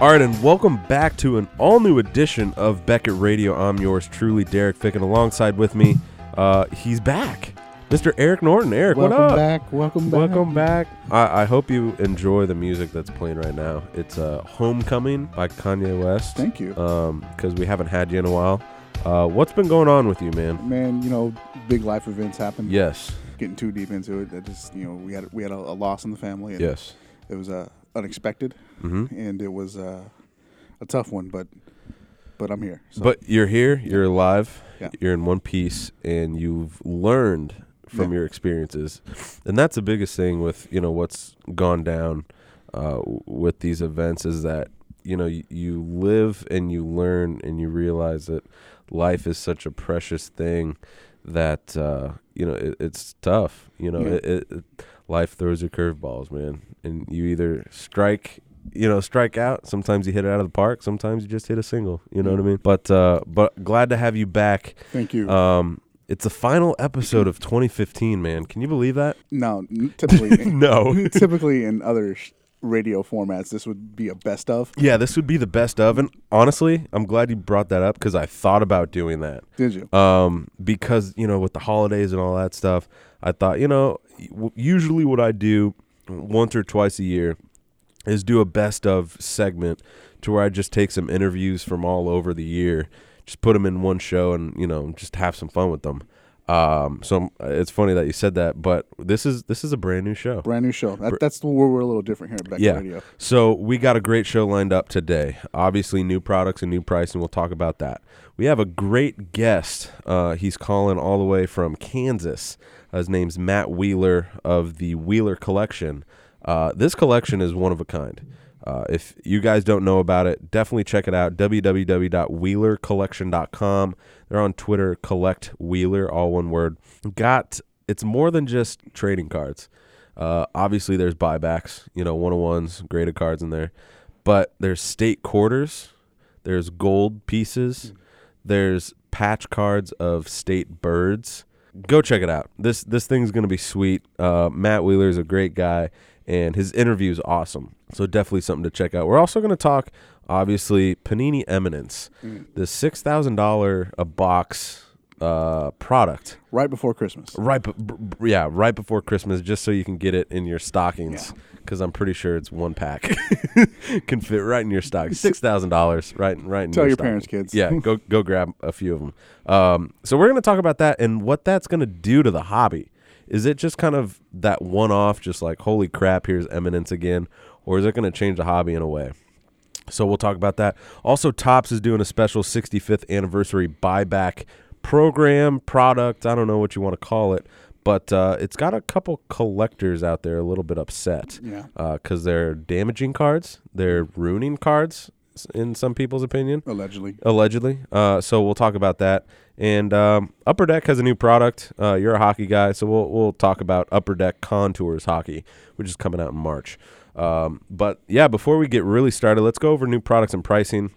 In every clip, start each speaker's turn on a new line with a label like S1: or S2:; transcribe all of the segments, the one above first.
S1: All right, and welcome back to an all new edition of Beckett Radio. I'm yours truly, Derek Fick, and alongside with me, uh, he's back, Mr. Eric Norton. Eric,
S2: welcome
S1: what up?
S2: back. Welcome back.
S1: Welcome back. I, I hope you enjoy the music that's playing right now. It's uh, "Homecoming" by Kanye West.
S2: Thank you.
S1: Um, because we haven't had you in a while. Uh, what's been going on with you, man?
S2: Man, you know, big life events happen.
S1: Yes,
S2: Getting too deep into it, that just you know, we had we had a, a loss in the family. And
S1: yes.
S2: It was uh, unexpected,
S1: hmm
S2: and it was uh, a tough one, but but I'm here. So
S1: But you're here. You're alive.
S2: Yeah.
S1: You're in one piece, and you've learned from
S2: Yeah.
S1: your experiences, and that's the biggest thing with you know what's gone down uh, w- with these events is that you know you, you live and you learn and you realize that life is such a precious thing that uh, you know it, it's tough. You know,
S2: Yeah.
S1: it, it, it- life throws you curveballs, man, and you either strike. You know, strike out. Sometimes you hit it out of the park. Sometimes you just hit a single. You know what I mean. But uh, but glad to have you back.
S2: thank you.
S1: Um, it's the final episode of 2015, man. Can you believe that?
S2: no, n- typically,
S1: No.
S2: typically in other sh- radio formats, this would be a best of.
S1: Yeah, this would be the best of, and honestly, I'm glad you brought that up because I thought about doing that.
S2: Did you?
S1: Um, because you know, with the holidays and all that stuff, I thought, you know, w- usually what I do once or twice a year is do a best of segment to where I just take some interviews from all over the year, just put them in one show, and you know, just have some fun with them. Um, so I'm- it's funny that you said that, but this is this is a brand new show.
S2: Brand new show. That, that's where we're a little different here at Beckett
S1: Yeah.
S2: Radio.
S1: So we got a great show lined up today. Obviously, new products and new price, and we'll talk about that. We have a great guest. Uh, he's calling all the way from Kansas. Uh, His name's Matt Wheeler of the Wheeler Collection. Uh, this collection is one of a kind. Uh, if you guys don't know about it, definitely check it out. www.wheelercollection.com. They're on Twitter, collect Wheeler, all one word. Got it's more than just trading cards. Uh, obviously, there's buybacks, you know, one on ones, graded cards in there, but there's state quarters, there's gold pieces, there's patch cards of state birds. Go check it out. This this thing's gonna be sweet. Uh, Matt Wheeler is a great guy, and his interview is awesome. So definitely something to check out. We're also gonna talk, obviously, Panini Eminence, the six thousand dollar a box uh, product.
S2: Right before Christmas.
S1: Right, b- b- b- yeah, right before Christmas, just so you can get it in your stockings, because I'm pretty sure it's one pack can fit right in your stock. Six thousand dollars, right, right. In
S2: Tell your
S1: stocking.
S2: parents, kids.
S1: Yeah, go go grab a few of them. Um, so we're gonna talk about that and what that's gonna do to the hobby. Is it just kind of that one off, just like holy crap, here's Eminence again, or is it gonna change the hobby in a way? So we'll talk about that. Also, Tops is doing a special 65th anniversary buyback program, product. I don't know what you want to call it, but uh, it's got a couple collectors out there a little bit upset
S2: Yeah.
S1: because they're damaging cards, they're ruining cards, s- in some people's opinion
S2: Allegedly.
S1: allegedly. Uh, so we'll talk about that. And um, Upper Deck has a new product. Uh, you're a hockey guy, so we'll we'll talk about Upper Deck Contours Hockey, which is coming out in March. Um, but yeah, before we get really started, let's go over new products and pricing.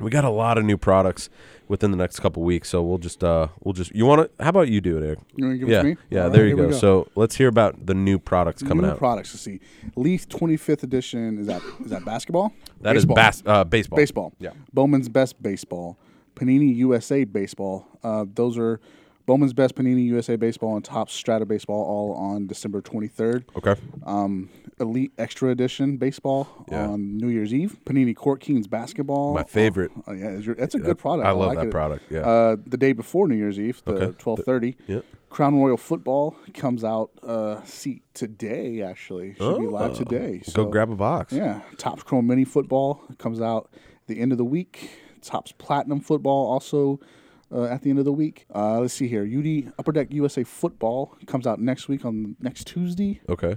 S1: We got a lot of new products within the next couple weeks, so we'll just uh, we'll just you want to? How about you do it, Eric?
S2: You want to give it
S1: yeah,
S2: to me?
S1: yeah.
S2: All right,
S1: there you
S2: here we
S1: go. So let's hear about the new products coming
S2: New
S1: out.
S2: products to see. Leaf 25th edition is that is that basketball?
S1: That is
S2: Baseball.
S1: bas- uh, baseball.
S2: baseball.
S1: Yeah.
S2: Bowman's Best Baseball, Panini USA Baseball. Uh, those are Bowman's Best, Panini USA Baseball, and Top Strata Baseball all on December 23rd.
S1: Okay.
S2: Um, Elite Extra Edition Baseball
S1: Yeah.
S2: on New Year's Eve. Panini Court Kings Basketball.
S1: My favorite.
S2: Oh, yeah, it's your- that's a good product.
S1: I love
S2: like
S1: that
S2: it.
S1: product, yeah.
S2: Uh, the day before New Year's Eve, the
S1: Okay.
S2: 12:30.
S1: The- yep.
S2: Crown Royal Football comes out. Uh, see today actually should be live today.
S1: Oh. go
S2: So-
S1: grab a box.
S2: yeah, Topps Chrome Mini Football comes out the end of the week. Topps Platinum Football also uh, at the end of the week. Uh, let's see here. UD Upper Deck USA Football comes out next week on next Tuesday.
S1: Okay.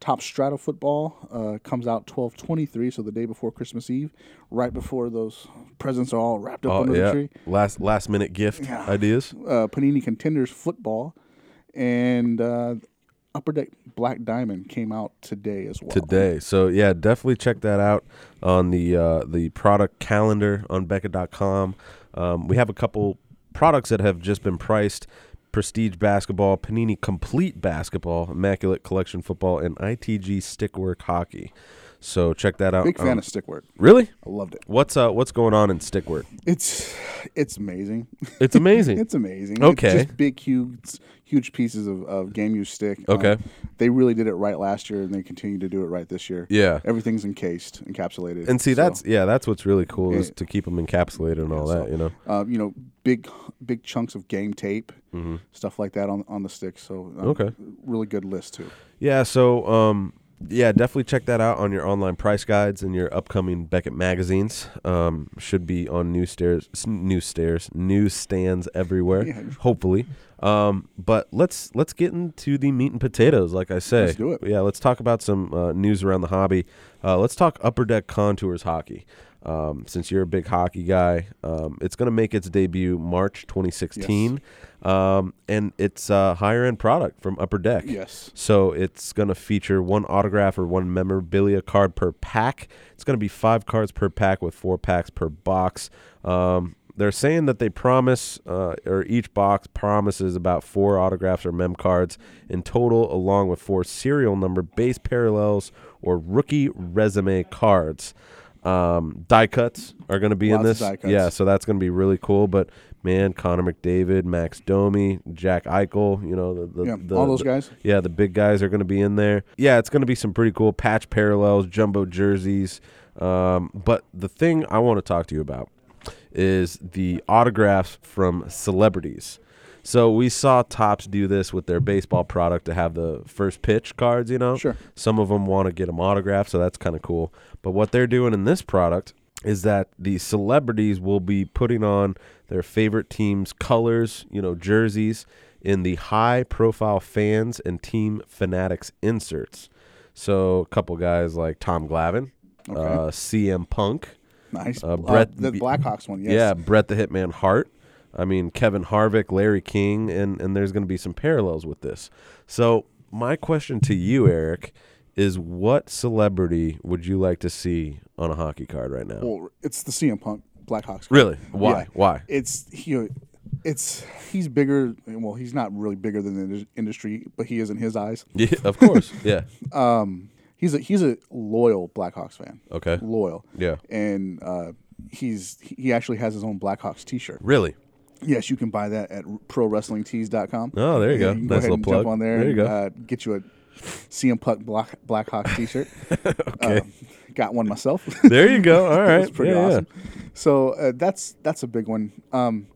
S2: Top Strata Football uh, comes out twelve twenty three, so the day before Christmas Eve, right before those presents are all wrapped up
S1: Oh
S2: under
S1: yeah.
S2: the tree.
S1: Last last minute gift
S2: Yeah.
S1: ideas.
S2: Uh, Panini Contenders Football and uh, Upper Deck Black Diamond came out today as well.
S1: today. So yeah, definitely check that out on the uh, the product calendar on Becca.com. Um, we have a couple products that have just been priced. Prestige basketball, Panini complete basketball, Immaculate Collection football, and ITG stickwork hockey. So check that out.
S2: Big fan
S1: Um,
S2: of stick work.
S1: really?
S2: I loved it.
S1: What's uh what's going on in stick work?
S2: It's it's amazing.
S1: It's amazing.
S2: It's amazing.
S1: Okay.
S2: It's just big, huge, huge pieces of, of game use stick. Um,
S1: Okay.
S2: they really did it right last year, and they continue to do it right this year.
S1: yeah.
S2: Everything's encased, encapsulated.
S1: And see
S2: so,
S1: that's yeah, that's what's really cool is
S2: Yeah.
S1: to keep them encapsulated and all
S2: Yeah, so-
S1: that, you know.
S2: uh, you know big big chunks of game tape, stuff like that on on the stick. So um,
S1: Mm-hmm. Okay.
S2: really good list too.
S1: Yeah, so um yeah, definitely check that out on your online price guides and your upcoming Beckett magazines. Um, should be on new stairs, s- new stairs, new stands everywhere.
S2: Yeah.
S1: Hopefully, um, but let's let's get into the meat and potatoes. Like I say,
S2: Let's do it.
S1: Yeah, let's talk about some uh, news around the hobby. Uh, let's talk Upper Deck Contours hockey. Um, since you're a big hockey guy, um, it's going to make its debut March 2016, um, and it's a higher end product from Upper Deck.
S2: Yes.
S1: So it's going to feature one autograph or one memorabilia card per pack. It's going to be five cards per pack with four packs per box. Um, they're saying that they promise, uh, or each box promises about four autographs or mem cards in total, along with four serial number base parallels or rookie resume cards. Um, die cuts are going to be in
S2: Lots
S1: this.
S2: of die cuts.
S1: Yeah, so that's going to be really cool. But man, Connor McDavid, Max Domi, Jack Eichel, you know, the, the,
S2: Yeah,
S1: the-
S2: all those
S1: the-
S2: guys.
S1: yeah, the big guys are going to be in there. Yeah, it's going to be some pretty cool patch parallels, jumbo jerseys. Um, but the thing I want to talk to you about is the autographs from celebrities. So we saw Tops do this with their baseball product to have the first pitch cards, you know?
S2: Sure.
S1: Some of them want to get them autographed, so that's kind of cool. But what they're doing in this product is that the celebrities will be putting on their favorite team's colors, you know, jerseys in the high profile fans and team fanatics inserts. So a couple guys like Tom Glavine, uh, CM Punk,
S2: Nice.
S1: Uh, Brett-
S2: the Blackhawks one. Yes.
S1: yeah, Brett the Hitman Hart. I mean, Kevin Harvick, Larry King, and and there's going to be some parallels with this. So my question to you, Eric, is what celebrity would you like to see on a hockey card right now?
S2: Well, it's the CM Punk Blackhawks.
S1: really? Why?
S2: Yeah.
S1: Why?
S2: It's he. uh, It's he's bigger. Well, he's not really bigger than the indus- industry, but he is in his eyes.
S1: Yeah, of course. Yeah.
S2: He's a he's a loyal Blackhawks fan.
S1: Okay.
S2: Loyal.
S1: Yeah.
S2: And uh, he's he actually has his own Blackhawks T-shirt.
S1: Really?
S2: Yes, you can buy that at ProWrestlingTees.com.
S1: Oh, there you go.
S2: can
S1: Nice
S2: ahead
S1: little
S2: and
S1: plug.
S2: Jump on there.
S1: There you go.
S2: and, Uh, get you a CM Punk Black Blackhawks T-shirt.
S1: Okay.
S2: Um, got one myself.
S1: There you go. All right.
S2: It's pretty
S1: Yeah, yeah.
S2: awesome. So uh, that's that's a big one. Um,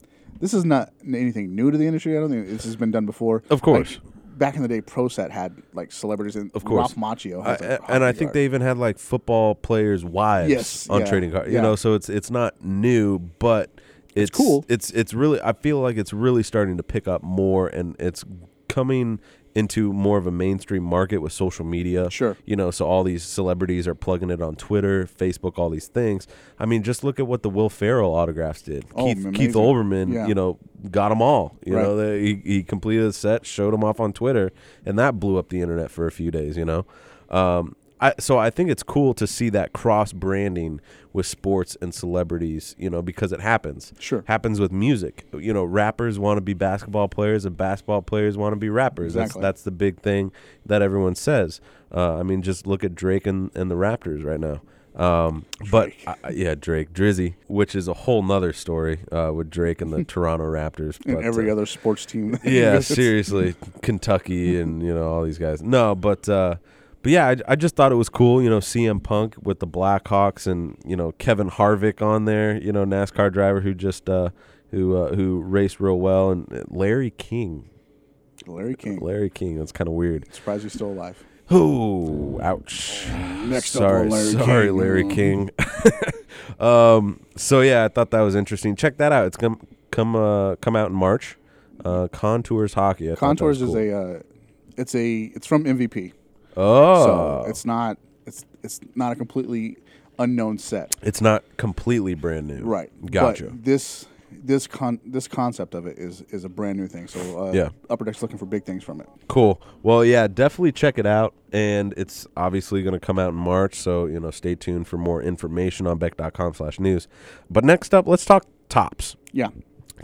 S2: this is not n- anything new to the industry. I don't think this has been done before.
S1: Of course.
S2: Like, back in the day, ProSet had like celebrities, and of
S1: course.
S2: Ralph Macchio.
S1: I,
S2: Has a
S1: and I
S2: hockey
S1: think
S2: guard.
S1: they even had like football players' wives
S2: Yes,
S1: on
S2: yeah,
S1: trading card. You
S2: yeah.
S1: know, so it's it's not new, but it's,
S2: cool.
S1: It's it's really I feel like it's really starting to pick up more, and it's coming into more of a mainstream market with social media.
S2: Sure.
S1: You know, so all these celebrities are plugging it on Twitter, Facebook, all these things. I mean, just look at what the Will Ferrell autographs did.
S2: Oh,
S1: Keith,
S2: amazing.
S1: Keith Olbermann,
S2: Yeah.
S1: you know, got them all. You
S2: Right.
S1: know, they, he, he completed a set, showed them off on Twitter, and that blew up the internet for a few days. You know, um, I so I think it's cool to see that cross branding with sports and celebrities. You know, because it happens.
S2: Sure.
S1: happens with music. You know, rappers want to be basketball players, and basketball players want to be rappers.
S2: Exactly.
S1: That's that's the big thing that everyone says. Uh, I mean, just look at Drake and, and the Raptors right now. Um, but I, I- yeah, Drake Drizzy, which is a whole nother story uh, with Drake and the Toronto Raptors.
S2: and
S1: but,
S2: every
S1: uh,
S2: other sports team.
S1: yeah, seriously, Kentucky and you know all these guys. No, but uh, but yeah, I, I just thought it was cool. You know, CM Punk with the Blackhawks and you know Kevin Harvick on there. You know, NASCAR driver who just uh, who uh, who raced real well and uh, Larry King.
S2: Larry King.
S1: Larry King. That's kind of weird.
S2: Surprised he's still alive.
S1: Oh, ouch.
S2: Next up
S1: sorry,
S2: on Larry
S1: sorry,
S2: King. Mm.
S1: Larry King. um, so yeah, I thought that was interesting. Check that out. It's come come uh, come out in March. Uh, Contours hockey. I thought that was
S2: Contours is
S1: cool.
S2: a uh, it's a it's from MVP.
S1: oh,
S2: So
S1: it's,
S2: it's not it's it's not a completely unknown set.
S1: not completely brand new.
S2: Right.
S1: Gotcha.
S2: But this this con this concept of it is is a brand new thing. So uh,
S1: Yeah.
S2: Upper Deck's looking for big things from it.
S1: Cool. Well, yeah, definitely check it out. And it's obviously going to come out in March. So, you know, stay tuned for more information on Beck.com slash news. But next up, let's talk tops.
S2: Yeah.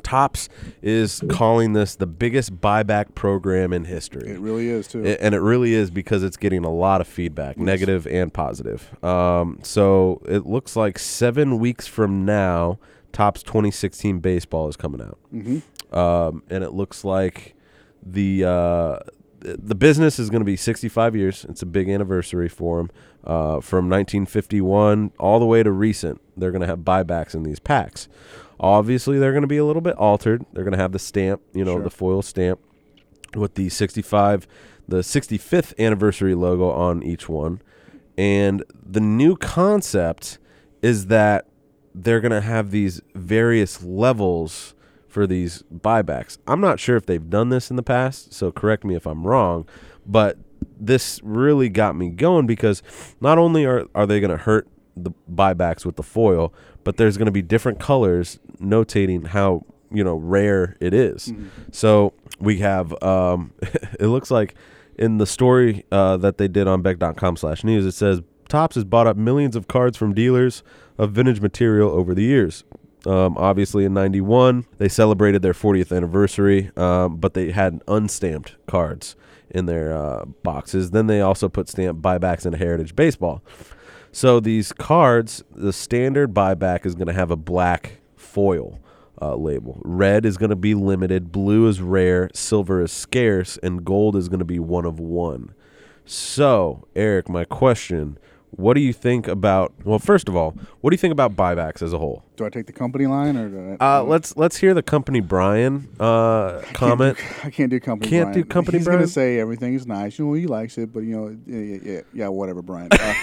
S1: Tops is calling this the biggest buyback program in history.
S2: It really is too.
S1: A- and Mm. it really is because it's getting a lot of feedback, negative and positive. Um, so it looks like seven weeks from now, Topps 2016 baseball is coming out, mm-hmm. um, and it looks like the uh, th- the business is going to be 65 years. It's a big anniversary for them. Uh, from 1951 all the way to recent, they're going to have buybacks in these packs. Obviously, they're going to be a little bit altered. They're going to have the stamp, you know,
S2: Sure.
S1: the foil stamp with the 65 the 65th anniversary logo on each one and the new concept is that they're going to have these various levels for these buybacks i'm not sure if they've done this in the past so correct me if i'm wrong but this really got me going because not only are, are they going to hurt the buybacks with the foil but there's going to be different colors notating how you know rare it is. So we have um, it looks like in the story uh, that they did on Beck.com slash news, it says Tops has bought up millions of cards from dealers of vintage material over the years. Um, obviously, in '91, they celebrated their 40th anniversary, um, but they had unstamped cards in their uh, boxes. Then they also put stamped buybacks in Heritage Baseball. So these cards, the standard buyback is going to have a black foil uh, label. Red is going to be limited. Blue is rare. Silver is scarce, and gold is going to be one of one. So, Eric, my question: What do you think about? Well, first of all, what do you think about buybacks as a whole?
S2: do I take the company line or do I,
S1: Uh, let's let's hear the company Brian uh, comment.
S2: I can't do company.
S1: Can't do
S2: Brian.
S1: company
S2: He's
S1: Brian?
S2: gonna say everything's nice. You know he likes it, but you know yeah yeah yeah, yeah whatever Brian. Uh,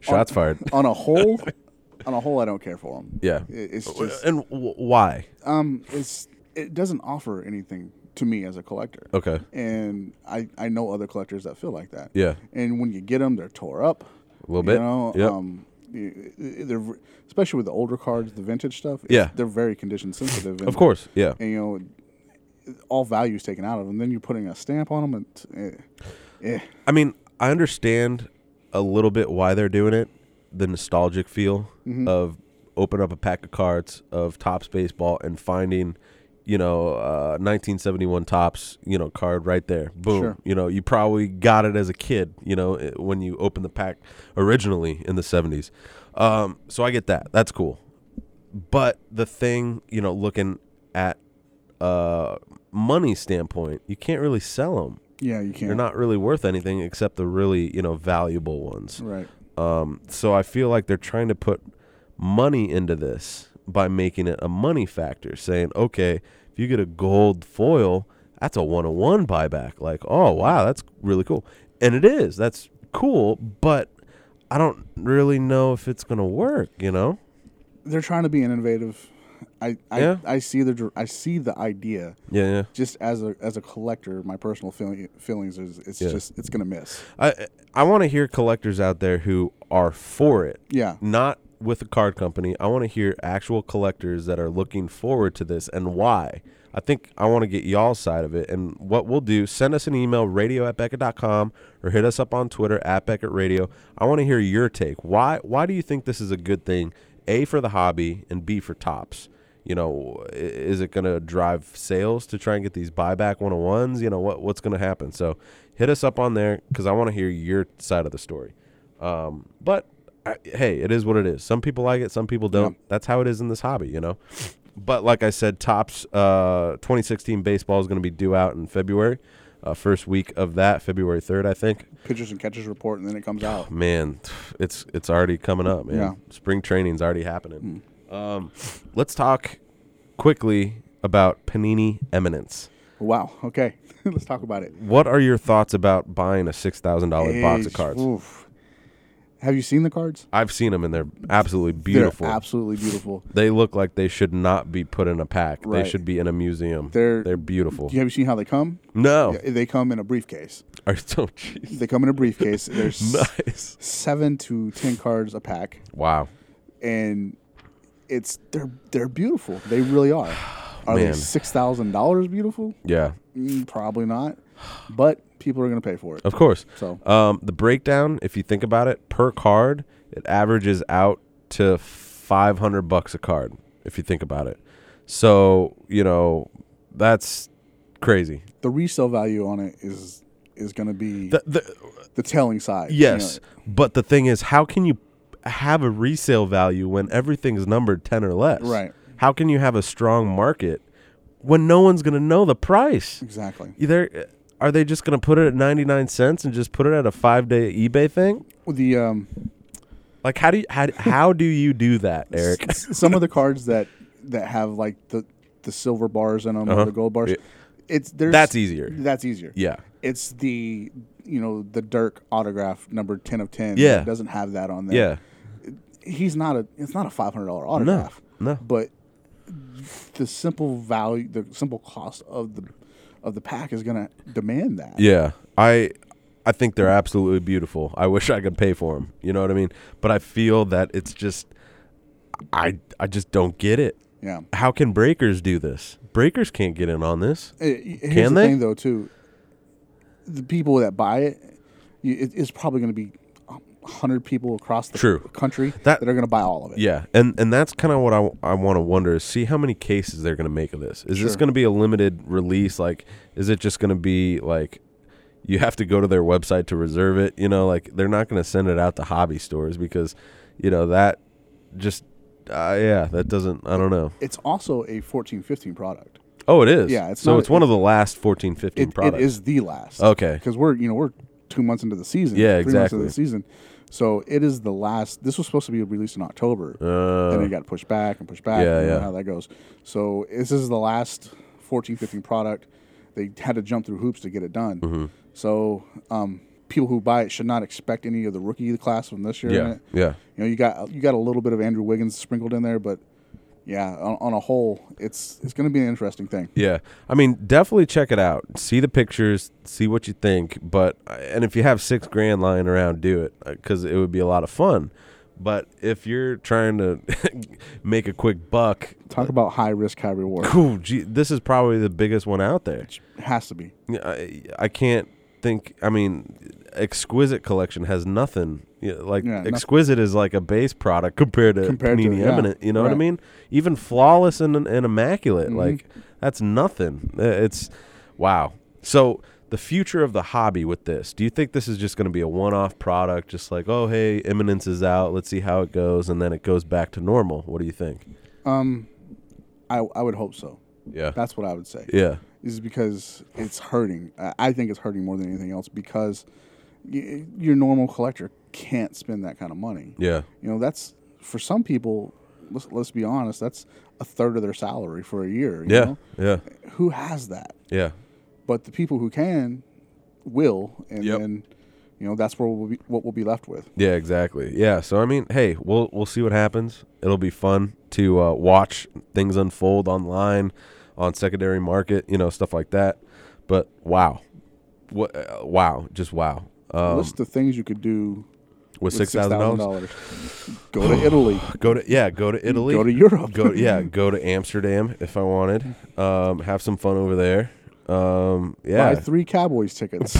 S1: Shots fired.
S2: on a whole, on a whole, I don't care for him.
S1: Yeah. Uh,
S2: It- it's just
S1: And w- why?
S2: um it's it doesn't offer anything to me as a collector.
S1: Okay.
S2: And I I know other collectors that feel like that.
S1: Yeah.
S2: And when you get them, they're tore up.
S1: A little bit.
S2: You know,
S1: Yep.
S2: um, y- y- they're v- especially with the older cards, the vintage stuff. it's-
S1: Yeah.
S2: they're very condition sensitive. And,
S1: Of course. Yeah.
S2: and you know, all value's taken out of them. Then you're putting a stamp on them, and eh, eh,
S1: I mean, I understand a little bit why they're doing it. The nostalgic feel
S2: Mm-hmm.
S1: of open up a pack of cards of Topps baseball and finding, you know, uh, 1971 Topps, you know, card right there. Boom.
S2: Sure.
S1: You know, you probably got it as a kid, you know, i- when you opened the pack originally in the 70s. Um, so I get that. That's cool. But the thing, you know, looking at uh, money standpoint, you can't really sell them
S2: yeah, you can't.
S1: they're not really worth anything except the really you know valuable ones
S2: right.
S1: um, so i feel like they're trying to put money into this by making it a money factor saying okay if you get a gold foil that's a one-on-one buyback like oh wow that's really cool and it is that's cool but i don't really know if it's gonna work you know
S2: They're trying to be innovative. I I,
S1: Yeah.
S2: I see the dir- I see the idea.
S1: yeah yeah
S2: Just as a as a collector, my personal feeling, feelings is it's
S1: Yeah.
S2: just it's gonna miss.
S1: i i want to hear collectors out there who are for it
S2: Yeah,
S1: not with a card company. I want to hear actual collectors that are looking forward to this and why. I think I want to get y'all's side of it. And what we'll do, send us an email, radio at Beckett.com, or hit us up on Twitter at Beckett Radio. I want to hear your take. Why why do you think this is a good thing? A for the hobby and B for tops. You know, i- is it going to drive sales to try and get these buyback 101s? You know, what what's going to happen? So hit us up on there because I want to hear your side of the story. Um, but I, hey, it is what it is. Some people like it, some people don't. That's how it is in this hobby, you know. But like I said, tops uh, 2016 baseball is going to be due out in February, uh, first week of that, February 3rd, I think.
S2: pitchers and catchers report, and then it comes out.
S1: Man, it's it's already coming up, man.
S2: Yeah. Mm.
S1: Spring training's already happening. Um, let's talk quickly about Panini Eminence.
S2: Wow. Okay, let's talk about it.
S1: What are your thoughts about buying a six thousand dollar Oh, box of
S2: Hey,
S1: cards?
S2: oof. Have you seen the cards?
S1: I've seen them and they're absolutely beautiful.
S2: They're absolutely beautiful.
S1: They look like they should not be put in a pack.
S2: Right.
S1: They should be in a museum.
S2: They're-
S1: they're beautiful.
S2: You have you seen how they come?
S1: No,
S2: Yeah, They come in a briefcase.
S1: Are- oh, jeez.
S2: They come in a briefcase. There's
S1: nice.
S2: seven to ten cards a pack,
S1: Wow.
S2: and it's they're they're beautiful. They really are. Are they
S1: Man.
S2: six thousand dollars beautiful?
S1: Yeah.
S2: Mm, probably not, but people are gonna pay for it.
S1: Of course.
S2: So
S1: Um, the breakdown, if you think about it, per card, it averages out to five hundred bucks a card. if you think about it. So, you know, that's crazy.
S2: The resale value on it is is going to be the,
S1: The, the,
S2: telling side. you know.
S1: yes, but the thing is, how can you have a resale value when everything's numbered 10 or less?
S2: Right.
S1: How can you have a strong market when no one's going to know the price?
S2: exactly.
S1: Either are they just going to put it at 99 cents and just put it at a 5-day eBay thing?
S2: The um,
S1: Like how do you how, how do you do that, Eric?
S2: some of the cards that that have like the the silver bars in them
S1: Uh-huh.
S2: or the gold bars,
S1: Yeah.
S2: it's there's
S1: That's easier.
S2: That's easier.
S1: Yeah.
S2: It's the you know the Dirk autograph number ten of ten.
S1: Yeah.
S2: that doesn't have that on there.
S1: Yeah.
S2: he's not a it's not a five hundred dollar autograph.
S1: no.
S2: But the simple value, the simple cost of the of the pack is going to demand that.
S1: Yeah, I I think they're absolutely beautiful. I wish I could pay for them. You know what I mean? But I feel that it's just I I just don't get it.
S2: Yeah.
S1: How can breakers do this? Breakers can't get in on this.
S2: Uh, y- Here's
S1: Can
S2: the
S1: they?
S2: thing, though, too. The people that buy it, y- it it's probably going to be a hundred people across the
S1: True.
S2: country
S1: That-
S2: that, are going to buy all of it.
S1: Yeah, and and that's kind of what I, want to wonder is see how many cases they're going to make of this. Is this
S2: Sure.
S1: going to be a limited release? Like, is it just going to be like you have to go to their website to reserve it? You know, like they're not going to send it out to hobby stores because you know that just uh, yeah that doesn't I don't know.
S2: It's also a fourteen fifteen product.
S1: Oh, it is.
S2: Yeah, it's
S1: so
S2: not-
S1: it's one of the last 14, 15
S2: It, it
S1: products.
S2: is the last.
S1: Okay.
S2: because we're you know we're two months into the season.
S1: Yeah,
S2: three months
S1: exactly.
S2: into the season. So it is the last. This was supposed to be released in October,
S1: Uh,
S2: and it got pushed back and pushed back.
S1: Yeah,
S2: you know
S1: yeah.
S2: How that goes. So this is the last 14, 15 product. They had to jump through hoops to get it done.
S1: Mm-hmm.
S2: So um, people who buy it should not expect any of the rookie class from this year. In
S1: yeah,
S2: it.
S1: yeah.
S2: You know, you got you got a little bit of Andrew Wiggins sprinkled in there, but yeah, on, on a whole, it's it's going to be an interesting thing.
S1: Yeah. I mean, definitely check it out. See the pictures, see what you think. But, uh, and if you have six grand lying around, do it because it would be a lot of fun. But if you're trying to make a quick buck,
S2: Talk about high risk, high reward.
S1: cool, gee, this is probably the biggest one out there.
S2: Has to be.
S1: I, I can't think, I mean, Exquisite Collection has nothing. you know, Like,
S2: Yeah, nothing.
S1: Exquisite is like a base product compared to
S2: Compared to-
S1: Panini
S2: yeah,
S1: Eminent. You know what I
S2: right.
S1: mean? Even Flawless and, and Immaculate.
S2: Mhm.
S1: Like, that's nothing. Uh, It's wow. So the future of the hobby with this. Do you think this is just going to be a one-off product, just like oh hey, Eminence is out, let's see how it goes, and then it goes back to normal? What do you think?
S2: Um, I I would hope so.
S1: Yeah,
S2: That's what I would say.
S1: yeah,
S2: Is because it's hurting. I- I think it's hurting more than anything else because y- your normal collector can't spend that kind of money.
S1: yeah,
S2: You know, that's for some people. Let's let's be honest. That's a third of their salary for a year. You
S1: yeah,
S2: Know?
S1: yeah,
S2: Who has that?
S1: yeah.
S2: But the people who can will, and
S1: Yep.
S2: then you know that's where we'll be what we'll be left with.
S1: Yeah, exactly. Yeah, so I mean, hey, we'll we'll see what happens. It'll be fun to uh, watch things unfold online, on secondary market, you know, stuff like that. But wow, what? Uh, wow, just wow. Um,
S2: List of things you could do
S1: with
S2: with
S1: six thousand dollars,
S2: dollars. Go to Italy.
S1: go to yeah, go to Italy,
S2: Go to Europe.
S1: go yeah, go to Amsterdam if I wanted. Um, have some fun over there. Um, yeah,
S2: Buy three Cowboys tickets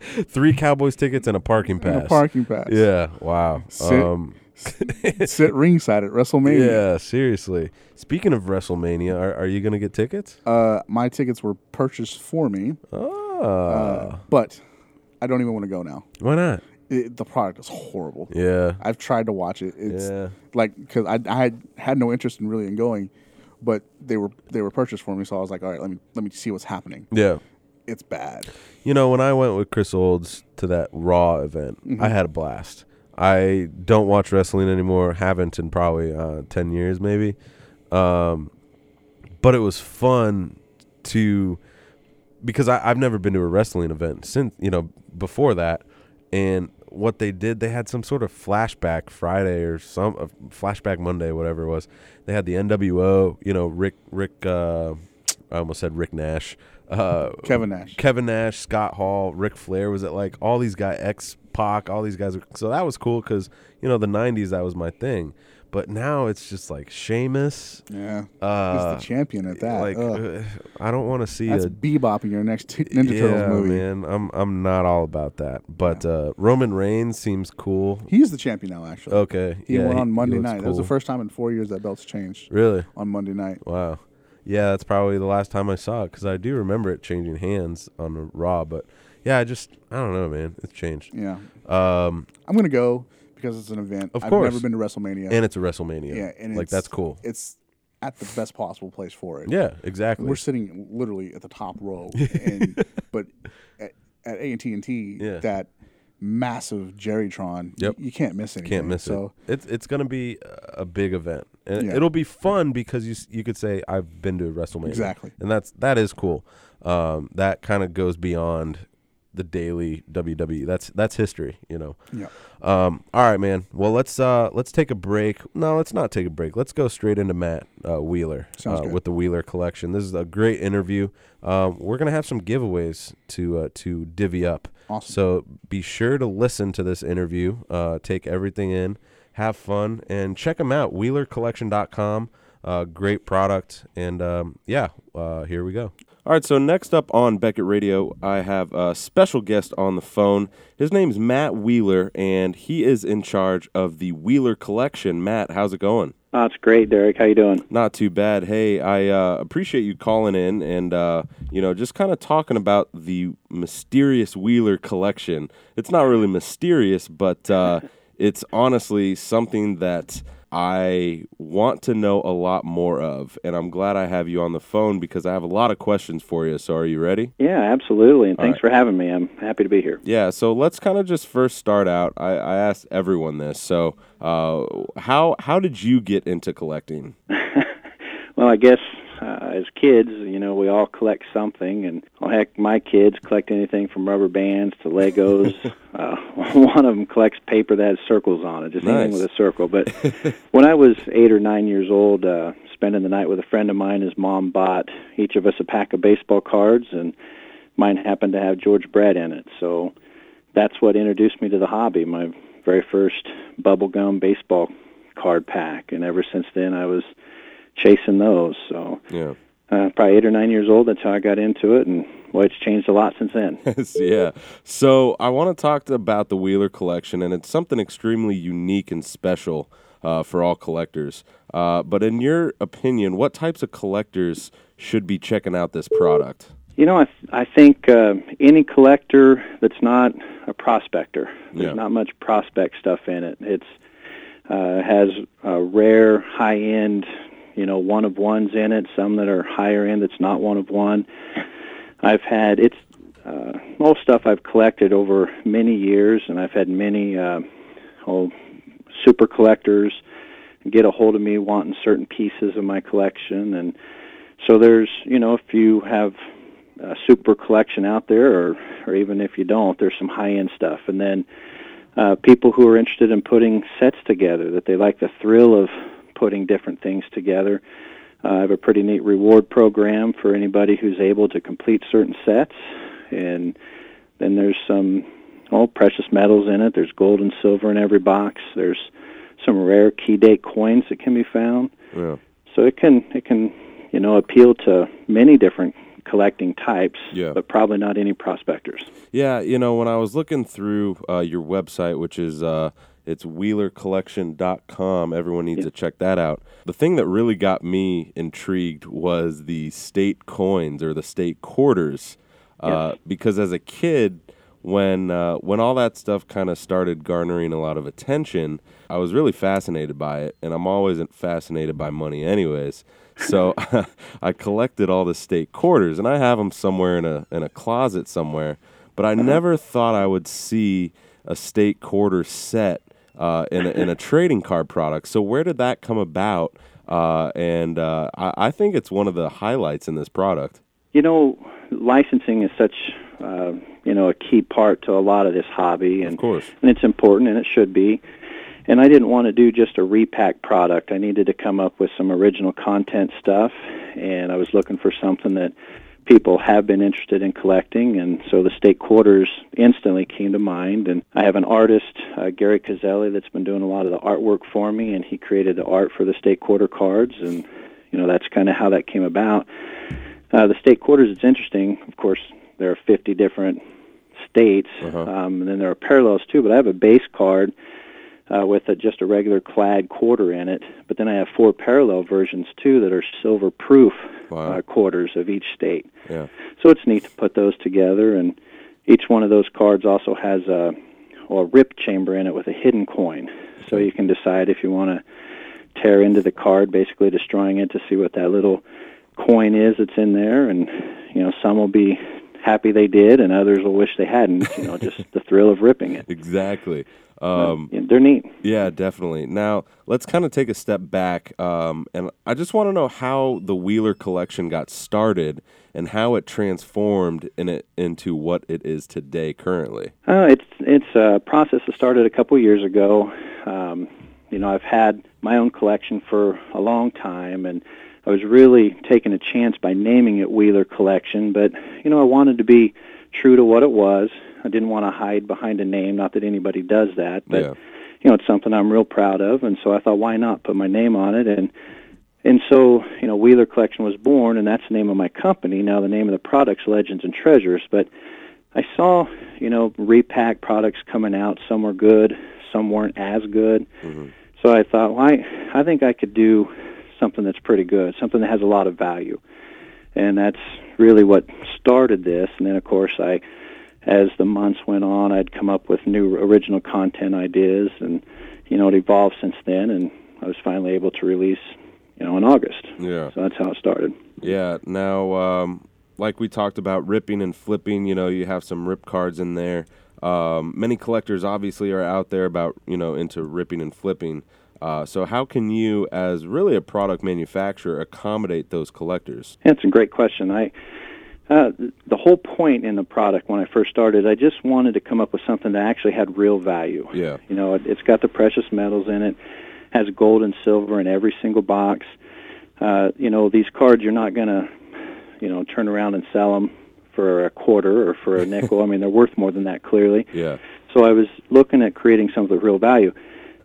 S1: three Cowboys tickets and a parking pass.
S2: and a parking pass.
S1: Yeah, wow.
S2: Sit-
S1: um,
S2: sit ringside at WrestleMania.
S1: Yeah, seriously. Speaking of WrestleMania, are, are you going to get tickets?
S2: Uh, my tickets were purchased for me,
S1: Oh,
S2: uh, but I don't even want to go now.
S1: why not?
S2: It, the product is horrible.
S1: Yeah,
S2: I've tried to watch it. It's
S1: yeah,
S2: like because I, I had, had no interest in really in going, but they were they were purchased for me, so I was like, all right, let me let me see what's happening.
S1: yeah.
S2: It's bad.
S1: You know, when I went with Chris Olds to that Raw event, I had a blast. I don't watch wrestling anymore. Haven't in probably uh, ten years, maybe. Um, but it was fun to because I, I've never been to a wrestling event since you know before that, and what they did, they had some sort of flashback Friday or some uh, flashback Monday, whatever it was. They had the NWO, you know, Rick Rick. Uh, I almost said Rick Nash. Uh,
S2: Kevin Nash.
S1: Kevin Nash, Scott Hall, Ric Flair was it like all these guys, X Pac, all these guys. were- So that was cool because you know the '90s that was my thing. But now it's just like Sheamus.
S2: Yeah.
S1: Uh,
S2: He's the champion at that.
S1: Like
S2: Ugh.
S1: uh, I don't want to see
S2: That's
S1: a
S2: Bebop in your next t- Ninja Turtles movie.
S1: man. I'm I'm not all about that. But uh, Roman Reigns seems cool.
S2: He is the champion now, actually.
S1: Okay.
S2: he
S1: Oh, yeah,
S2: won on Monday
S1: looks
S2: night. That was the
S1: cool.
S2: first time in four years that belt's changed
S1: Really?
S2: on Monday night.
S1: Wow. Yeah, that's probably the last time I saw it because I do remember it changing hands on Raw. But yeah, I just I don't know, man. It's changed.
S2: Yeah.
S1: Um,
S2: I'm going to go because it's an event.
S1: Of
S2: I've
S1: course.
S2: never been to WrestleMania.
S1: and it's a WrestleMania.
S2: yeah, and
S1: like
S2: it's-
S1: that's cool.
S2: It's at the best possible place for it.
S1: Yeah, exactly.
S2: We're sitting literally at the top row, and, but at A and T and T,
S1: Yeah.
S2: that massive Jerrytron,
S1: Yep.
S2: you, you can't miss anything.
S1: Can't miss
S2: so,
S1: it. It's it's gonna be a big event, and
S2: Yeah.
S1: it'll be fun because you s- you could say I've been to a WrestleMania
S2: Exactly.
S1: and that's that is cool. Um, that kind of goes beyond the daily WWE. That's that's history, you know.
S2: Yeah.
S1: Um, all right, man. Well, let's uh let's take a break. No, let's not take a break. Let's go straight into Matt uh, Wheeler
S2: Sounds
S1: uh,
S2: good.
S1: with the Wheeler Collection. This is a great interview. Um, we're gonna have some giveaways to uh, to divvy up.
S2: Awesome.
S1: So be sure to listen to this interview, uh, take everything in, have fun, and check them out. WheelerCollection.com. Uh, great product. And um, yeah, uh, here we go. All right, so next up on Beckett Radio, I have a special guest on the phone. His name's Matt Wheeler, and he is in charge of the Wheeler Collection. Matt, how's it going?
S3: Oh, it's great, Derek. How you doing?
S1: Not too bad. Hey, I uh, appreciate you calling in and uh, you know just kind of talking about the mysterious Wheeler collection. It's not really mysterious, but uh, it's honestly something that I want to know a lot more of, and I'm glad I have you on the phone because I have a lot of questions for you. So, are you ready?
S3: Yeah, absolutely. And thanks for having me. I'm happy to be here.
S1: Yeah. So let's kind of just first start out. I, I asked everyone this. So, uh, how how did you get into collecting?
S3: Well, I guess uh, as kids, you know, we all collect something, and well, heck, my kids collect anything from rubber bands to Legos. uh, one of them collects paper that has circles on it, just anything
S1: Nice.
S3: with a circle. But when I was eight or nine years old, uh, spending the night with a friend of mine, his mom bought each of us a pack of baseball cards, and mine happened to have George Brett in it. So that's what introduced me to the hobby. My very first bubblegum baseball card pack, and ever since then, I was chasing those. So
S1: Yeah.
S3: uh, probably eight or nine years old. That's how I got into it, and well, it's changed a lot since then.
S1: Yes, yeah. So I want to talk about the Wheeler collection, and it's something extremely unique and special uh, for all collectors. Uh, but in your opinion, what types of collectors should be checking out this product?
S3: You know, I th- I think uh, any collector that's not a prospector,
S1: Yeah.
S3: there's not much prospect stuff in it. It's uh, has uh, rare, high end, you know, one of ones in it. Some that are higher end. That's not one of one. I've had it's uh, most stuff I've collected over many years, and I've had many uh, oh, super collectors get a hold of me wanting certain pieces of my collection, and so there's you know if you have a super collection out there, or or even if you don't, there's some high end stuff, and then uh, people who are interested in putting sets together that they like the thrill of putting different things together. Uh, I have a pretty neat reward program for anybody who's able to complete certain sets, and then there's some oh precious metals in it. There's gold and silver in every box. There's some rare key date coins that can be found.
S1: Yeah.
S3: So it can it can you know appeal to many different collecting types,
S1: Yeah.
S3: but probably not any prospectors.
S1: Yeah, you know, when I was looking through uh, your website, which is uh, it's wheelercollection.com, everyone needs to check that out. The thing that really got me intrigued was the state coins or the state quarters. Uh, Because as a kid, when uh, when all that stuff kind of started garnering a lot of attention, I was really fascinated by it, and I'm always fascinated by money, anyways. So I collected all the state quarters, and I have them somewhere in a in a closet somewhere. But I never thought I would see a state quarter set uh, in a, in a trading card product. So where did that come about? Uh, and uh, I, I think it's one of the highlights in this product.
S3: You know, licensing is such uh, you know a key part to a lot of this hobby, and
S1: Of course.
S3: and it's important, and it should be. And I didn't want to do just a repack product. I needed to come up with some original content stuff, and I was looking for something that people have been interested in collecting, and so the state quarters instantly came to mind. And I have an artist, uh, Gary Caselli, that's been doing a lot of the artwork for me, and he created the art for the state quarter cards, and you know that's kind of how that came about. Uh, the state quarters is interesting. Of course, there are 50 different states,
S1: Uh-huh.
S3: um, and then there are parallels too. But I have a base card uh, with a, just a regular clad quarter in it, but then I have four parallel versions too that are silver proof
S1: Wow.
S3: uh, quarters of each state.
S1: Yeah.
S3: So it's neat to put those together, and each one of those cards also has a or a rip chamber in it with a hidden coin, so you can decide if you want to tear into the card, basically destroying it to see what that little coin is that's in there, and you know some will be happy they did, and others will wish they hadn't. You know, just the thrill of ripping it.
S1: Exactly.
S3: But,
S1: Um,
S3: yeah, they're neat.
S1: yeah, definitely. Now let's kind of take a step back, um, and I just want to know how the Wheeler collection got started and how it transformed in it into what it is today currently.
S3: Uh, it's it's a process that started a couple years ago. Um, you know, I've had my own collection for a long time, and I was really taking a chance by naming it Wheeler Collection. But you know, I wanted to be true to what it was. I didn't want to hide behind a name. Not that anybody does that, but
S1: Yeah.
S3: you know, it's something I'm real proud of. And so I thought, why not put my name on it? And and so, you know, Wheeler Collection was born, and that's the name of my company. Now, the name of the product's Legends and Treasures. But I saw, you know, repack products coming out. Some were good, some weren't as good. So I thought, well, I, I think I could do something that's pretty good, something that has a lot of value. And that's really what started this. And then, of course, I, as the months went on, I'd come up with new original content ideas, and you know, it evolved since then. And I was finally able to release, you know, in August.
S1: Yeah.
S3: So that's how it started.
S1: Yeah. Now, um, like we talked about, ripping and flipping. You know, you have some rip cards in there. Um, many collectors obviously are out there about you know into ripping and flipping. Uh, so how can you, as really a product manufacturer, accommodate those collectors?
S3: That's a great question. I uh, th- the whole point in the product when I first started, I just wanted to come up with something that actually had real value.
S1: Yeah.
S3: You know, it, it's got the precious metals in it, has gold and silver in every single box. Uh, you know, these cards you're not going to, you know, turn around and sell them for a quarter or for a nickel. I mean, they're worth more than that clearly.
S1: Yeah.
S3: So I was looking at creating some of the real value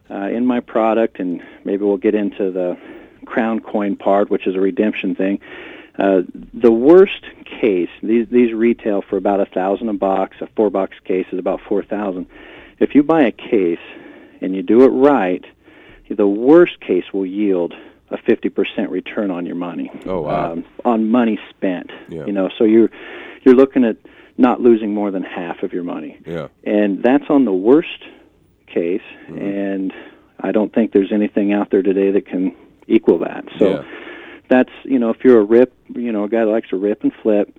S3: uh, in my product, and maybe we'll get into the crown coin part, which is a redemption thing. Uh, the worst case, these these retail for about a thousand a box. A four box case is about four thousand. If you buy a case and you do it right, the worst case will yield a fifty percent return on your money.
S1: Oh, wow.
S3: Um, on money spent,
S1: Yeah.
S3: you know, so you're you're looking at not losing more than half of your money
S1: Yeah.
S3: and that's on the worst case
S1: Mm-hmm.
S3: and i don't think there's anything out there today that can equal that so
S1: Yeah.
S3: that's you know if you're a rip you know a guy that likes to rip and flip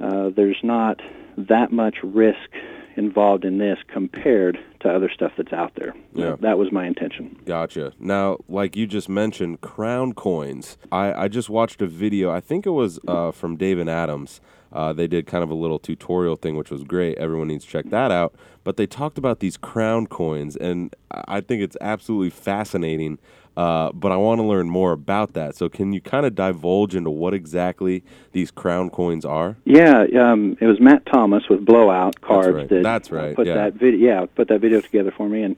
S3: uh, there's not that much risk involved in this compared to other stuff that's out there
S1: Yeah.
S3: that was my intention
S1: Gotcha. Now, like you just mentioned, crown coins. I, I just watched a video. I think it was uh, from Dave and Adams. Uh, they did kind of a little tutorial thing, which was great. Everyone needs to check that out. But they talked about these crown coins, and I I think it's absolutely fascinating. Uh, but I want to learn more about that. So, can you kind of divulge into what exactly these crown coins are?
S3: Yeah, um, it was Matt Thomas with Blowout Cards
S1: right.
S3: that
S1: That's
S3: uh,
S1: right,
S3: put
S1: yeah.
S3: that video. Yeah, put that video together for me, and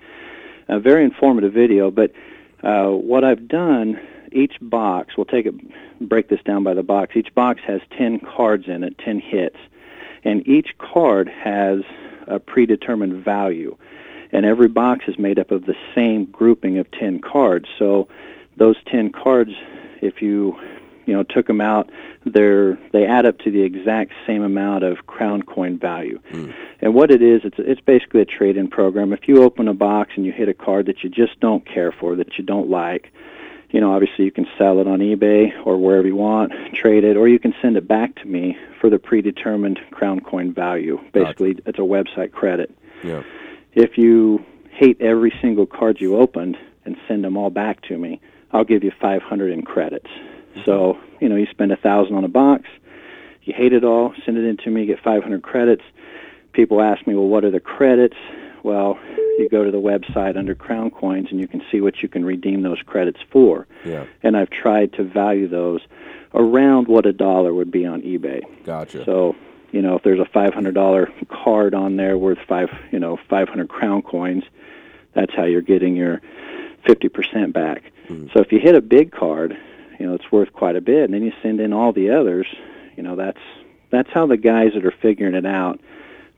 S3: a very informative video. But uh, what I've done, each box, we'll take it, break this down by the box. Each box has ten cards in it, ten hits, and each card has a predetermined value. And every box is made up of the same grouping of ten cards. So those ten cards, if you you know took them out they're they add up to the exact same amount of crown coin value and what it is it's it's basically a trade in program if you open a box and you hit a card that you just don't care for that you don't like you know obviously you can sell it on ebay or wherever you want trade it or you can send it back to me for the predetermined crown coin value basically it's a website credit
S1: Yeah.
S3: if you hate every single card you opened and send them all back to me, I'll give you 500 in credits. So, you know, you spend a 1000 on a box, you hate it all, send it in to me, get 500 credits. People ask me, well, what are the credits? Well, you go to the website under Crown Coins and you can see what you can redeem those credits for.
S1: Yeah.
S3: And I've tried to value those around what a dollar would be on eBay.
S1: Gotcha.
S3: So, you know, if there's a $500 card on there worth five, you know, 500 crown coins, that's how you're getting your 50% back. So if you hit a big card, you know, it's worth quite a bit, and then you send in all the others, you know, that's that's how the guys that are figuring it out,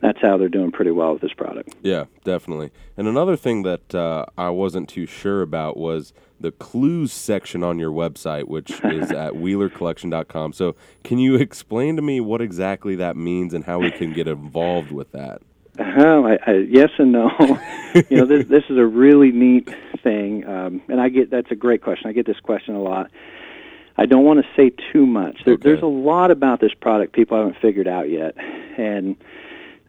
S3: that's how they're doing pretty well with this product.
S1: Yeah, definitely. And another thing that uh, I wasn't too sure about was the clues section on your website, which is at wheelercollection.com. So, can you explain to me what exactly that means and how we can get involved with that?
S3: Oh, I, I, yes and no. you know, this this is a really neat thing, um, and I get that's a great question. I get this question a lot. I don't want to say too much. There,
S1: Okay.
S3: There's a lot about this product people haven't figured out yet, and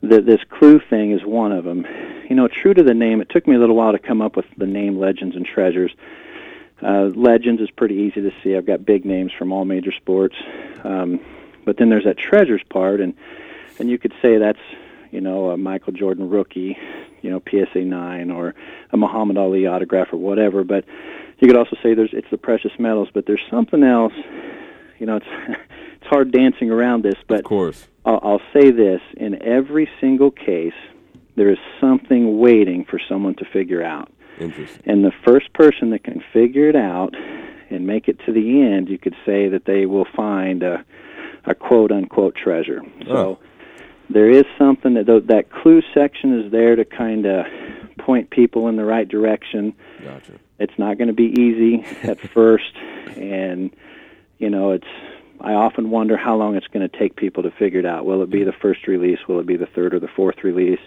S3: the, this clue thing is one of them. You know, true to the name, it took me a little while to come up with the name Legends and Treasures. Uh, Legends is pretty easy to see. I've got big names from all major sports, um, but then there's that Treasures part, and and you could say that's you know a Michael Jordan rookie, you know PSA nine or a Muhammad Ali autograph or whatever. But you could also say there's it's the precious metals, but there's something else. You know, it's it's hard dancing around this, but
S1: Of course.
S3: I'll, I'll say this: in every single case, there is something waiting for someone to figure out.
S1: Interesting.
S3: And the first person that can figure it out and make it to the end, you could say that they will find a, a quote unquote treasure.
S1: Oh.
S3: So there is something that th- that clue section is there to kind of point people in the right direction.
S1: Gotcha.
S3: It's not going to be easy at first, and you know it's. I often wonder how long it's going to take people to figure it out. Will it be the first release? Will it be the third or the fourth release?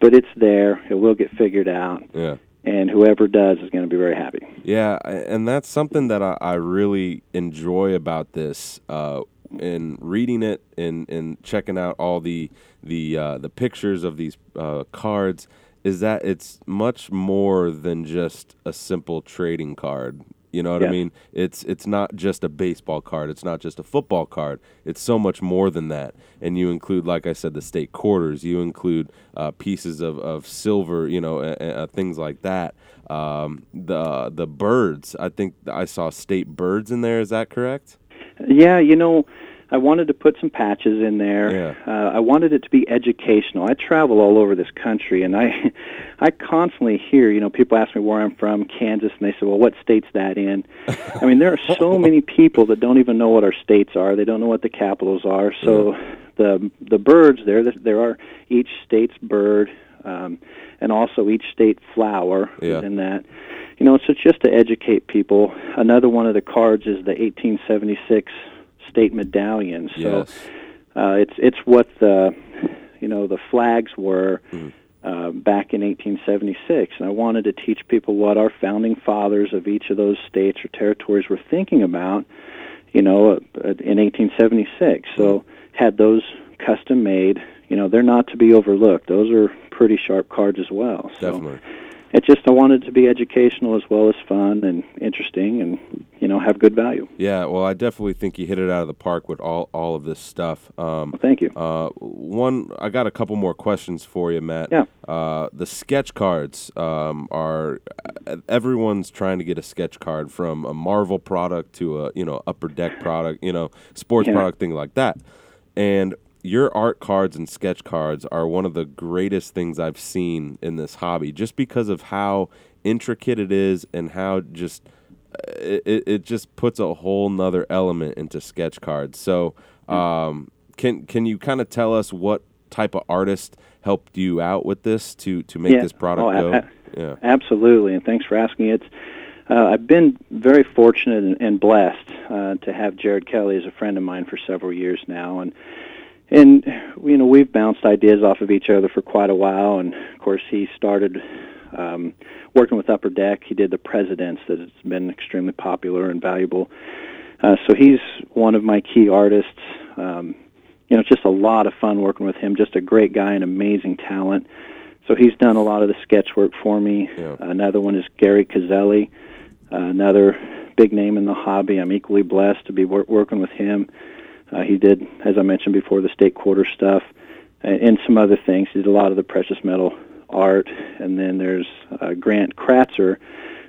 S3: but it's there. It will get figured out
S1: Yeah.
S3: and whoever does is going to be very happy.
S1: Yeah, I- and that's something that I, I really enjoy about this. Uh, in reading it and, and checking out all the the uh, the pictures of these uh, cards, is that it's much more than just a simple trading card. You know what I
S3: Yeah.
S1: mean? It's it's not just a baseball card. It's not just a football card. It's so much more than that. And you include, like I said, the state quarters. You include uh, pieces of, of silver. You know, uh, uh, things like that. Um, the the birds. I think I saw state birds in there. Is that correct?
S3: Yeah, you know, I wanted to put some patches in there.
S1: Yeah.
S3: Uh, I wanted it to be educational. I travel all over this country, and I, I constantly hear you know people ask me where I'm from, Kansas, and they say, well, what state's that in? I mean, there are so many people that don't even know what our states are. They don't know what the capitals are. So the the birds there, there are each state's bird. Um, and also each state flower
S1: Yeah.
S3: within that. You know, so it's just to educate people. Another one of the cards is the 1876 state medallion. So
S1: Yes.
S3: uh, it's it's what the you know the flags were uh, back in 1876, and I wanted to teach people what our founding fathers of each of those states or territories were thinking about. You know, uh, in 1876, so had those custom made. You know, they're not to be overlooked. Those are pretty sharp cards as well. So
S1: Definitely.
S3: it just I wanted to be educational as well as fun and interesting, and you know have good value.
S1: Yeah. Well, I definitely think you hit it out of the park with all all of this stuff. Um,
S3: Thank you.
S1: Uh, one, I got a couple more questions for you, Matt.
S3: Yeah.
S1: Uh, the sketch cards um, are everyone's trying to get a sketch card from a Marvel product to a you know upper deck product, you know sports
S3: Yeah.
S1: product thing like that. And your art cards and sketch cards are one of the greatest things I've seen in this hobby, just because of how intricate it is and how just it, it- it just puts a whole nother element into sketch cards. So,
S3: Hmm.
S1: um, can can you kind of tell us what type of artist helped you out with this to to make
S3: Yeah.
S1: this product
S3: Oh,
S1: go?
S3: a-
S1: yeah,
S3: Absolutely, and thanks for asking. It's uh, I've been very fortunate and, and blessed uh, to have Jared Kelly as a friend of mine for several years now, and and you know we've bounced ideas off of each other for quite a while, and of course he started um, working with Upper Deck. He did the Presidents that has been extremely popular and valuable. Uh, so he's one of my key artists. Um, you know, it's just a lot of fun working with him. Just a great guy and amazing talent. So he's done a lot of the sketch work for me.
S1: Yeah.
S3: Another one is Gary Caselli, uh, another big name in the hobby. I'm equally blessed to be wor- working with him. Uh, he did, as I mentioned before, the state quarter stuff and, and some other things. He did a lot of the precious metal art, and then there's uh, Grant Kratzer,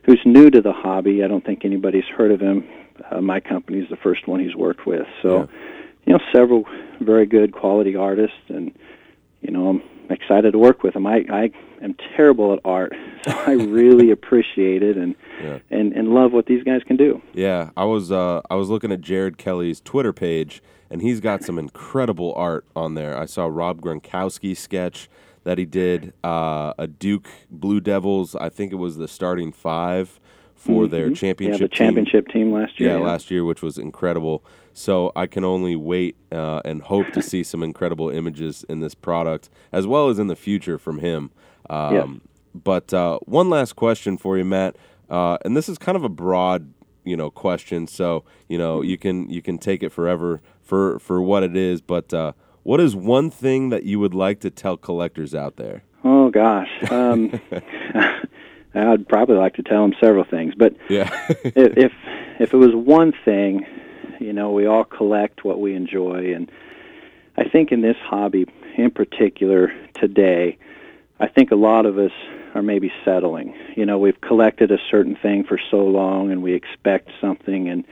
S3: who's new to the hobby. I don't think anybody's heard of him. Uh, my company's the first one he's worked with. So, you know, several very good quality artists, and you know, I'm excited to work with them. I, I am terrible at art, so I really appreciate it and,
S4: Yeah.
S3: and and love what these guys can do.
S4: Yeah, I was uh, I was looking at Jared Kelly's Twitter page, and he's got some incredible art on there. I saw Rob Gronkowski sketch that he did uh, a Duke Blue Devils. I think it was the starting five for their
S3: Mm-hmm. Yeah,
S4: championship.
S3: the
S4: team.
S3: championship team last year.
S4: yeah, last year, which was incredible. So I can only wait uh, and hope to see some incredible images in this product, as well as in the future from him. Um,
S3: Yes.
S4: But uh, one last question for you, Matt, uh, and this is kind of a broad, you know, question. So you know, you can you can take it forever for for what it is. But uh, what is one thing that you would like to tell collectors out there?
S3: Oh gosh, um, I'd probably like to tell them several things, but
S4: Yeah,
S3: if if if it was one thing, you know, we all collect what we enjoy, and I think in this hobby in particular today, I think a lot of us are maybe settling. You know, we've collected a certain thing for so long, and we expect something, and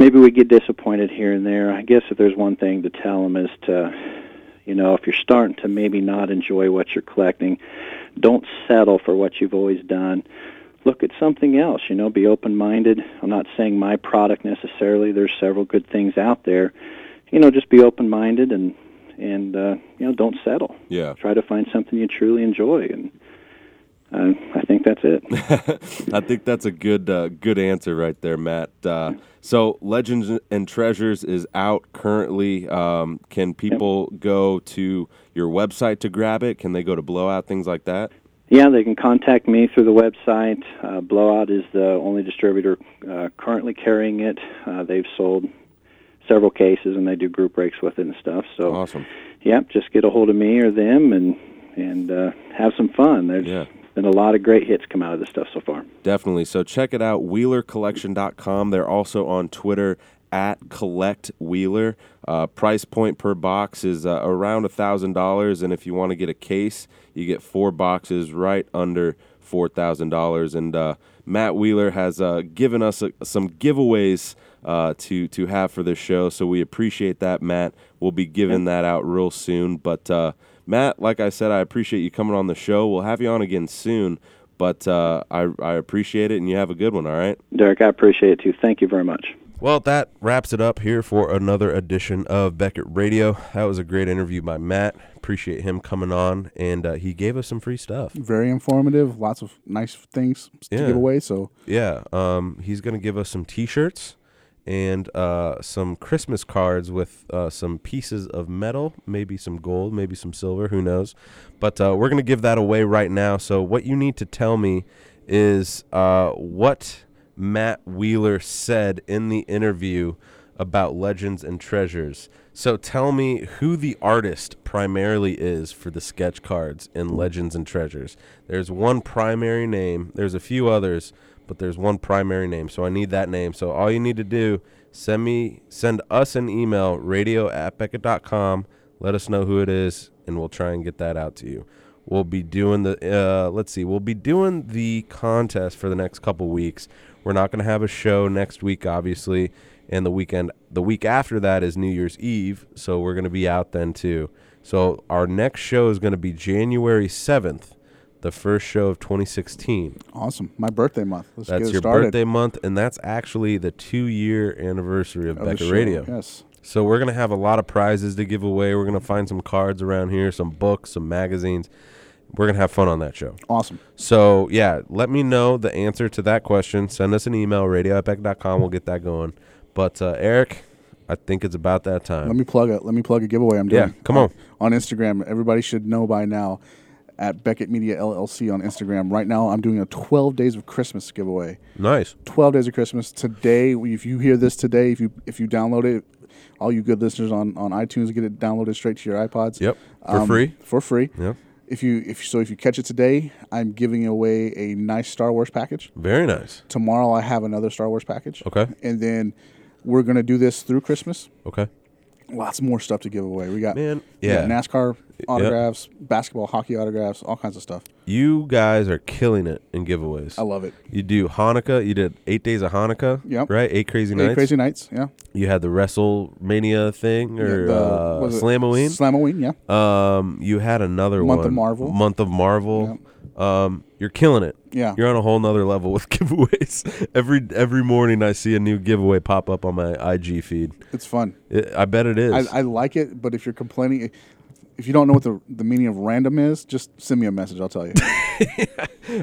S3: maybe we get disappointed here and there. I guess if there's one thing to tell them is to, you know, if you're starting to maybe not enjoy what you're collecting, don't settle for what you've always done. Look at something else, you know, be open minded. I'm not saying my product necessarily. There's several good things out there. You know, just be open minded and and uh, you know, don't settle.
S4: yeah.
S3: Try to find something you truly enjoy and uh, I think that's it.
S4: I think that's a good uh, good answer right there, Matt. Uh, so, Legends and Treasures is out currently. Um, can people go to your website to grab it? Can they go to Blowout things like that?
S3: Yeah, they can contact me through the website. Uh, Blowout is the only distributor uh, currently carrying it. Uh, they've sold several cases and they do group breaks with it and stuff. So,
S4: Awesome.
S3: yeah, just get a hold of me or them and and uh, have some fun. There's
S4: Yeah.
S3: been a lot of great hits come out of this stuff so far.
S4: Definitely. So check it out, wheelercollection.com. They're also on Twitter at Collect Wheeler. Uh, price point per box is uh, around $1,000. And if you want to get a case, you get four boxes right under $4,000. And uh, Matt Wheeler has uh, given us uh some giveaways uh, to to have for this show. So we appreciate that, Matt. We'll be giving that out real soon. But uh, Matt, like I said, I appreciate you coming on the show. We'll have you on again soon. But uh, I I appreciate it, and you have a good one. All right.
S3: Derek, I appreciate it too. Thank you very much.
S1: Well, that wraps it up here for another edition of Beckett Radio. That was a great interview by Matt. Appreciate him coming on, and uh, he gave us some free stuff.
S2: Very informative. Lots of nice things to
S1: Yeah.
S2: give away. So
S1: Yeah, um, he's gonna give us some T-shirts and uh, some Christmas cards with uh, some pieces of metal, maybe some gold, maybe some silver. Who knows? But uh, we're gonna give that away right now. So what you need to tell me is uh, what Matt Wheeler said in the interview about legends and treasures. So tell me who the artist primarily is for the sketch cards in Legends and Treasures. There's one primary name. There's a few others, but there's one primary name. So I need that name. So all you need to do, send me send us an email, radio at Becca.com. Let us know who it is, and we'll try and get that out to you. We'll be doing the uh, let's see, we'll be doing the contest for the next couple weeks. We're not going to have a show next week, obviously, and the weekend the week after that is New Year's Eve, so we're going to be out then too. So our next show is going to be January seventh, the first show of 2016.
S2: awesome. My birthday month. Let's
S1: That's
S2: get it
S1: your
S2: started.
S1: birthday month, and that's actually the two year anniversary of
S2: of the
S1: Becca
S2: show.
S1: Radio.
S2: Yes.
S1: So we're gonna have a lot of prizes to give away. We're gonna find some cards around here, some books, some magazines. We're gonna have fun on that show.
S2: Awesome.
S1: So yeah, let me know the answer to that question. Send us an email, radio com. We'll get that going. But uh, Eric, I think it's about that time.
S2: Let me plug it. Let me plug a giveaway I'm
S1: Uh, Yeah,
S2: doing.
S1: come on.
S2: On Instagram, everybody should know by now. At Beckett Media LLC on Instagram. Right now, I'm doing a 12 Days of Christmas giveaway.
S1: nice.
S2: 12 days of christmas today if you hear this today if you if you download it all you good listeners on on itunes get it downloaded straight to your ipods Um,
S1: Yep. For free.
S2: for free
S1: Yep.
S2: if you if so if you catch it today i'm giving away a nice star wars package
S1: Very nice.
S2: tomorrow i have another star wars package
S1: Okay.
S2: and then we're going to do this through christmas
S1: Okay.
S2: Lots more stuff to give away. We got
S1: Man,
S2: we
S1: yeah.
S2: got NASCAR autographs, basketball, hockey autographs, all kinds of stuff.
S1: You guys are killing it in giveaways.
S2: I love it.
S1: You do Hanukkah. You did eight days of Hanukkah.
S2: Yep.
S1: Right. Eight crazy
S2: Eight
S1: nights.
S2: crazy nights. Yeah.
S1: You had the WrestleMania thing
S2: Yeah,
S1: or
S2: the-
S1: uh,
S2: what is it?
S1: Slamoween.
S2: Slamoween. Yeah.
S1: um, you had another
S2: Month of
S1: one.
S2: Marvel.
S1: Month of Marvel. Um, you're killing it.
S2: Yeah.
S1: You're on a whole nother level with giveaways. every every morning I see a new giveaway pop up on my IG feed.
S2: It's fun.
S1: It, I bet it is.
S2: I, I like it, but if you're complaining, if you don't know what the, the meaning of random is, just send me a message. I'll tell you.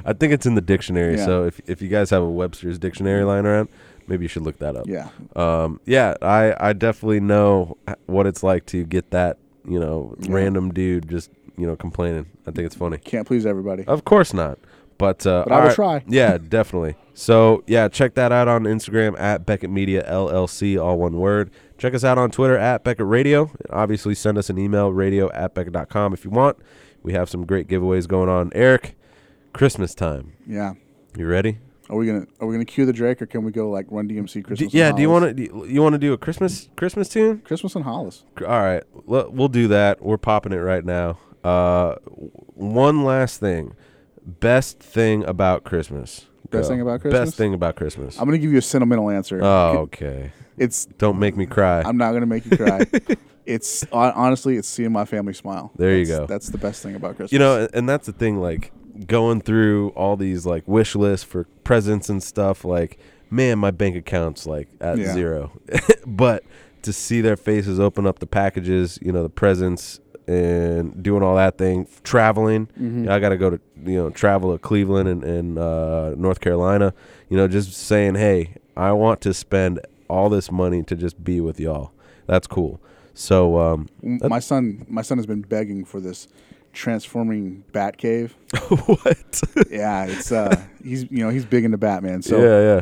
S1: I think it's in the dictionary.
S2: Yeah. Mm-hmm.
S1: So if, if you guys have a Webster's dictionary lying around, maybe you should look that up.
S2: yeah.
S1: Um, yeah, I, I definitely know what it's like to get that, you know, random dude just, you know, complaining. I think it's funny.
S2: Can't please everybody.
S1: Of course not. But, uh,
S2: But I will
S1: alright.
S2: try.
S1: Yeah, definitely. So, yeah, check that out on Instagram at Beckett Media LLC, all one word. Check us out on Twitter at Beckett Radio. And obviously, send us an email, radio at Beckett.com if you want. We have some great giveaways going on. Eric, Christmas time.
S2: Yeah.
S1: You ready?
S2: Are we gonna Are we gonna cue the Drake, or can we go like Run DMC
S1: D-
S2: Christmas?
S1: yeah. Do you
S2: want
S1: want to? You want to do a Christmas Christmas tune?
S2: Christmas and Hollis?
S1: All right. L- we'll do that. We're popping it right now. Uh, w- one last thing. Best thing about Christmas.
S2: Best thing about Christmas?
S1: Best thing about Christmas.
S2: I'm gonna give you a sentimental answer.
S1: oh, okay.
S2: It's
S1: Don't make me cry.
S2: I'm not gonna make you cry. it's hon- honestly, it's seeing my family smile.
S1: There you
S2: That's-
S1: go.
S2: That's the best thing about Christmas.
S1: you know, and that's the thing. Like going through all these like wish lists for presents and stuff. Like, man, my bank account's like at
S2: Yeah.
S1: zero. but to see their faces open up the packages, you know, the presents and doing all that thing, traveling. I got to go to you know travel to Cleveland and, and uh, North Carolina. You know, just saying, hey, I want to spend all this money to just be with y'all. That's cool. So um,
S2: my son, my son has been begging for this transforming Batcave.
S1: what?
S2: yeah, it's uh, he's you know he's big into Batman. So
S1: yeah, yeah.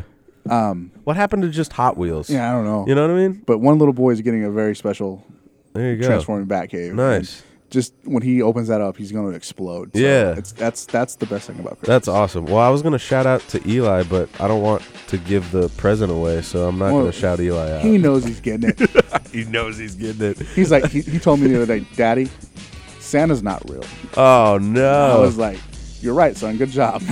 S1: what happened to just Hot Wheels?
S2: Um, yeah, I don't know.
S1: you know what I mean.
S2: But one little boy is getting a very special
S1: There you go.
S2: transforming Batcave.
S1: Nice.
S2: And just when he opens that up, he's going to explode. So
S1: Yeah.
S2: it's, that's that's the best thing about Christmas.
S1: That's awesome. Well, I was gonna shout out to Eli, but I don't want to give the present away, so I'm not
S2: Well,
S1: gonna shout Eli out.
S2: He knows he's getting it.
S1: He knows he's getting it.
S2: He's like, he, he told me the other day, Daddy, Santa's not real.
S1: Oh
S2: I
S1: no!
S2: was like, You're right, son. Good job.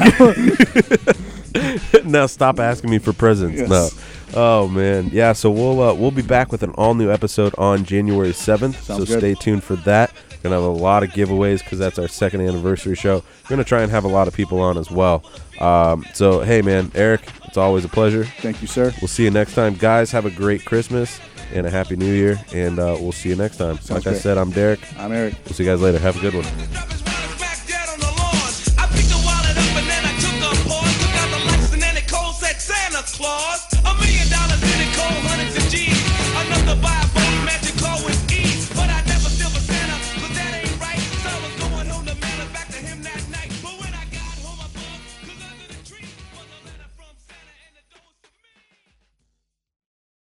S1: now stop asking me for presents.
S2: Yes.
S1: No. Oh man, yeah. So we'll uh, we'll be back with an all new episode on January seventh. So
S2: Sounds good.
S1: stay tuned for that. Gonna have a lot of giveaways because that's our second anniversary show. We're gonna try and have a lot of people on as well. Um, so hey man, Eric, it's always a pleasure.
S2: Thank you, sir.
S1: We'll see you next time, guys. Have a great Christmas and a happy New Year, and uh, we'll see you next time. like I
S2: great.
S1: said, I'm Derek.
S2: I'm Eric.
S1: We'll see you guys later. Have a good one.
S5: Never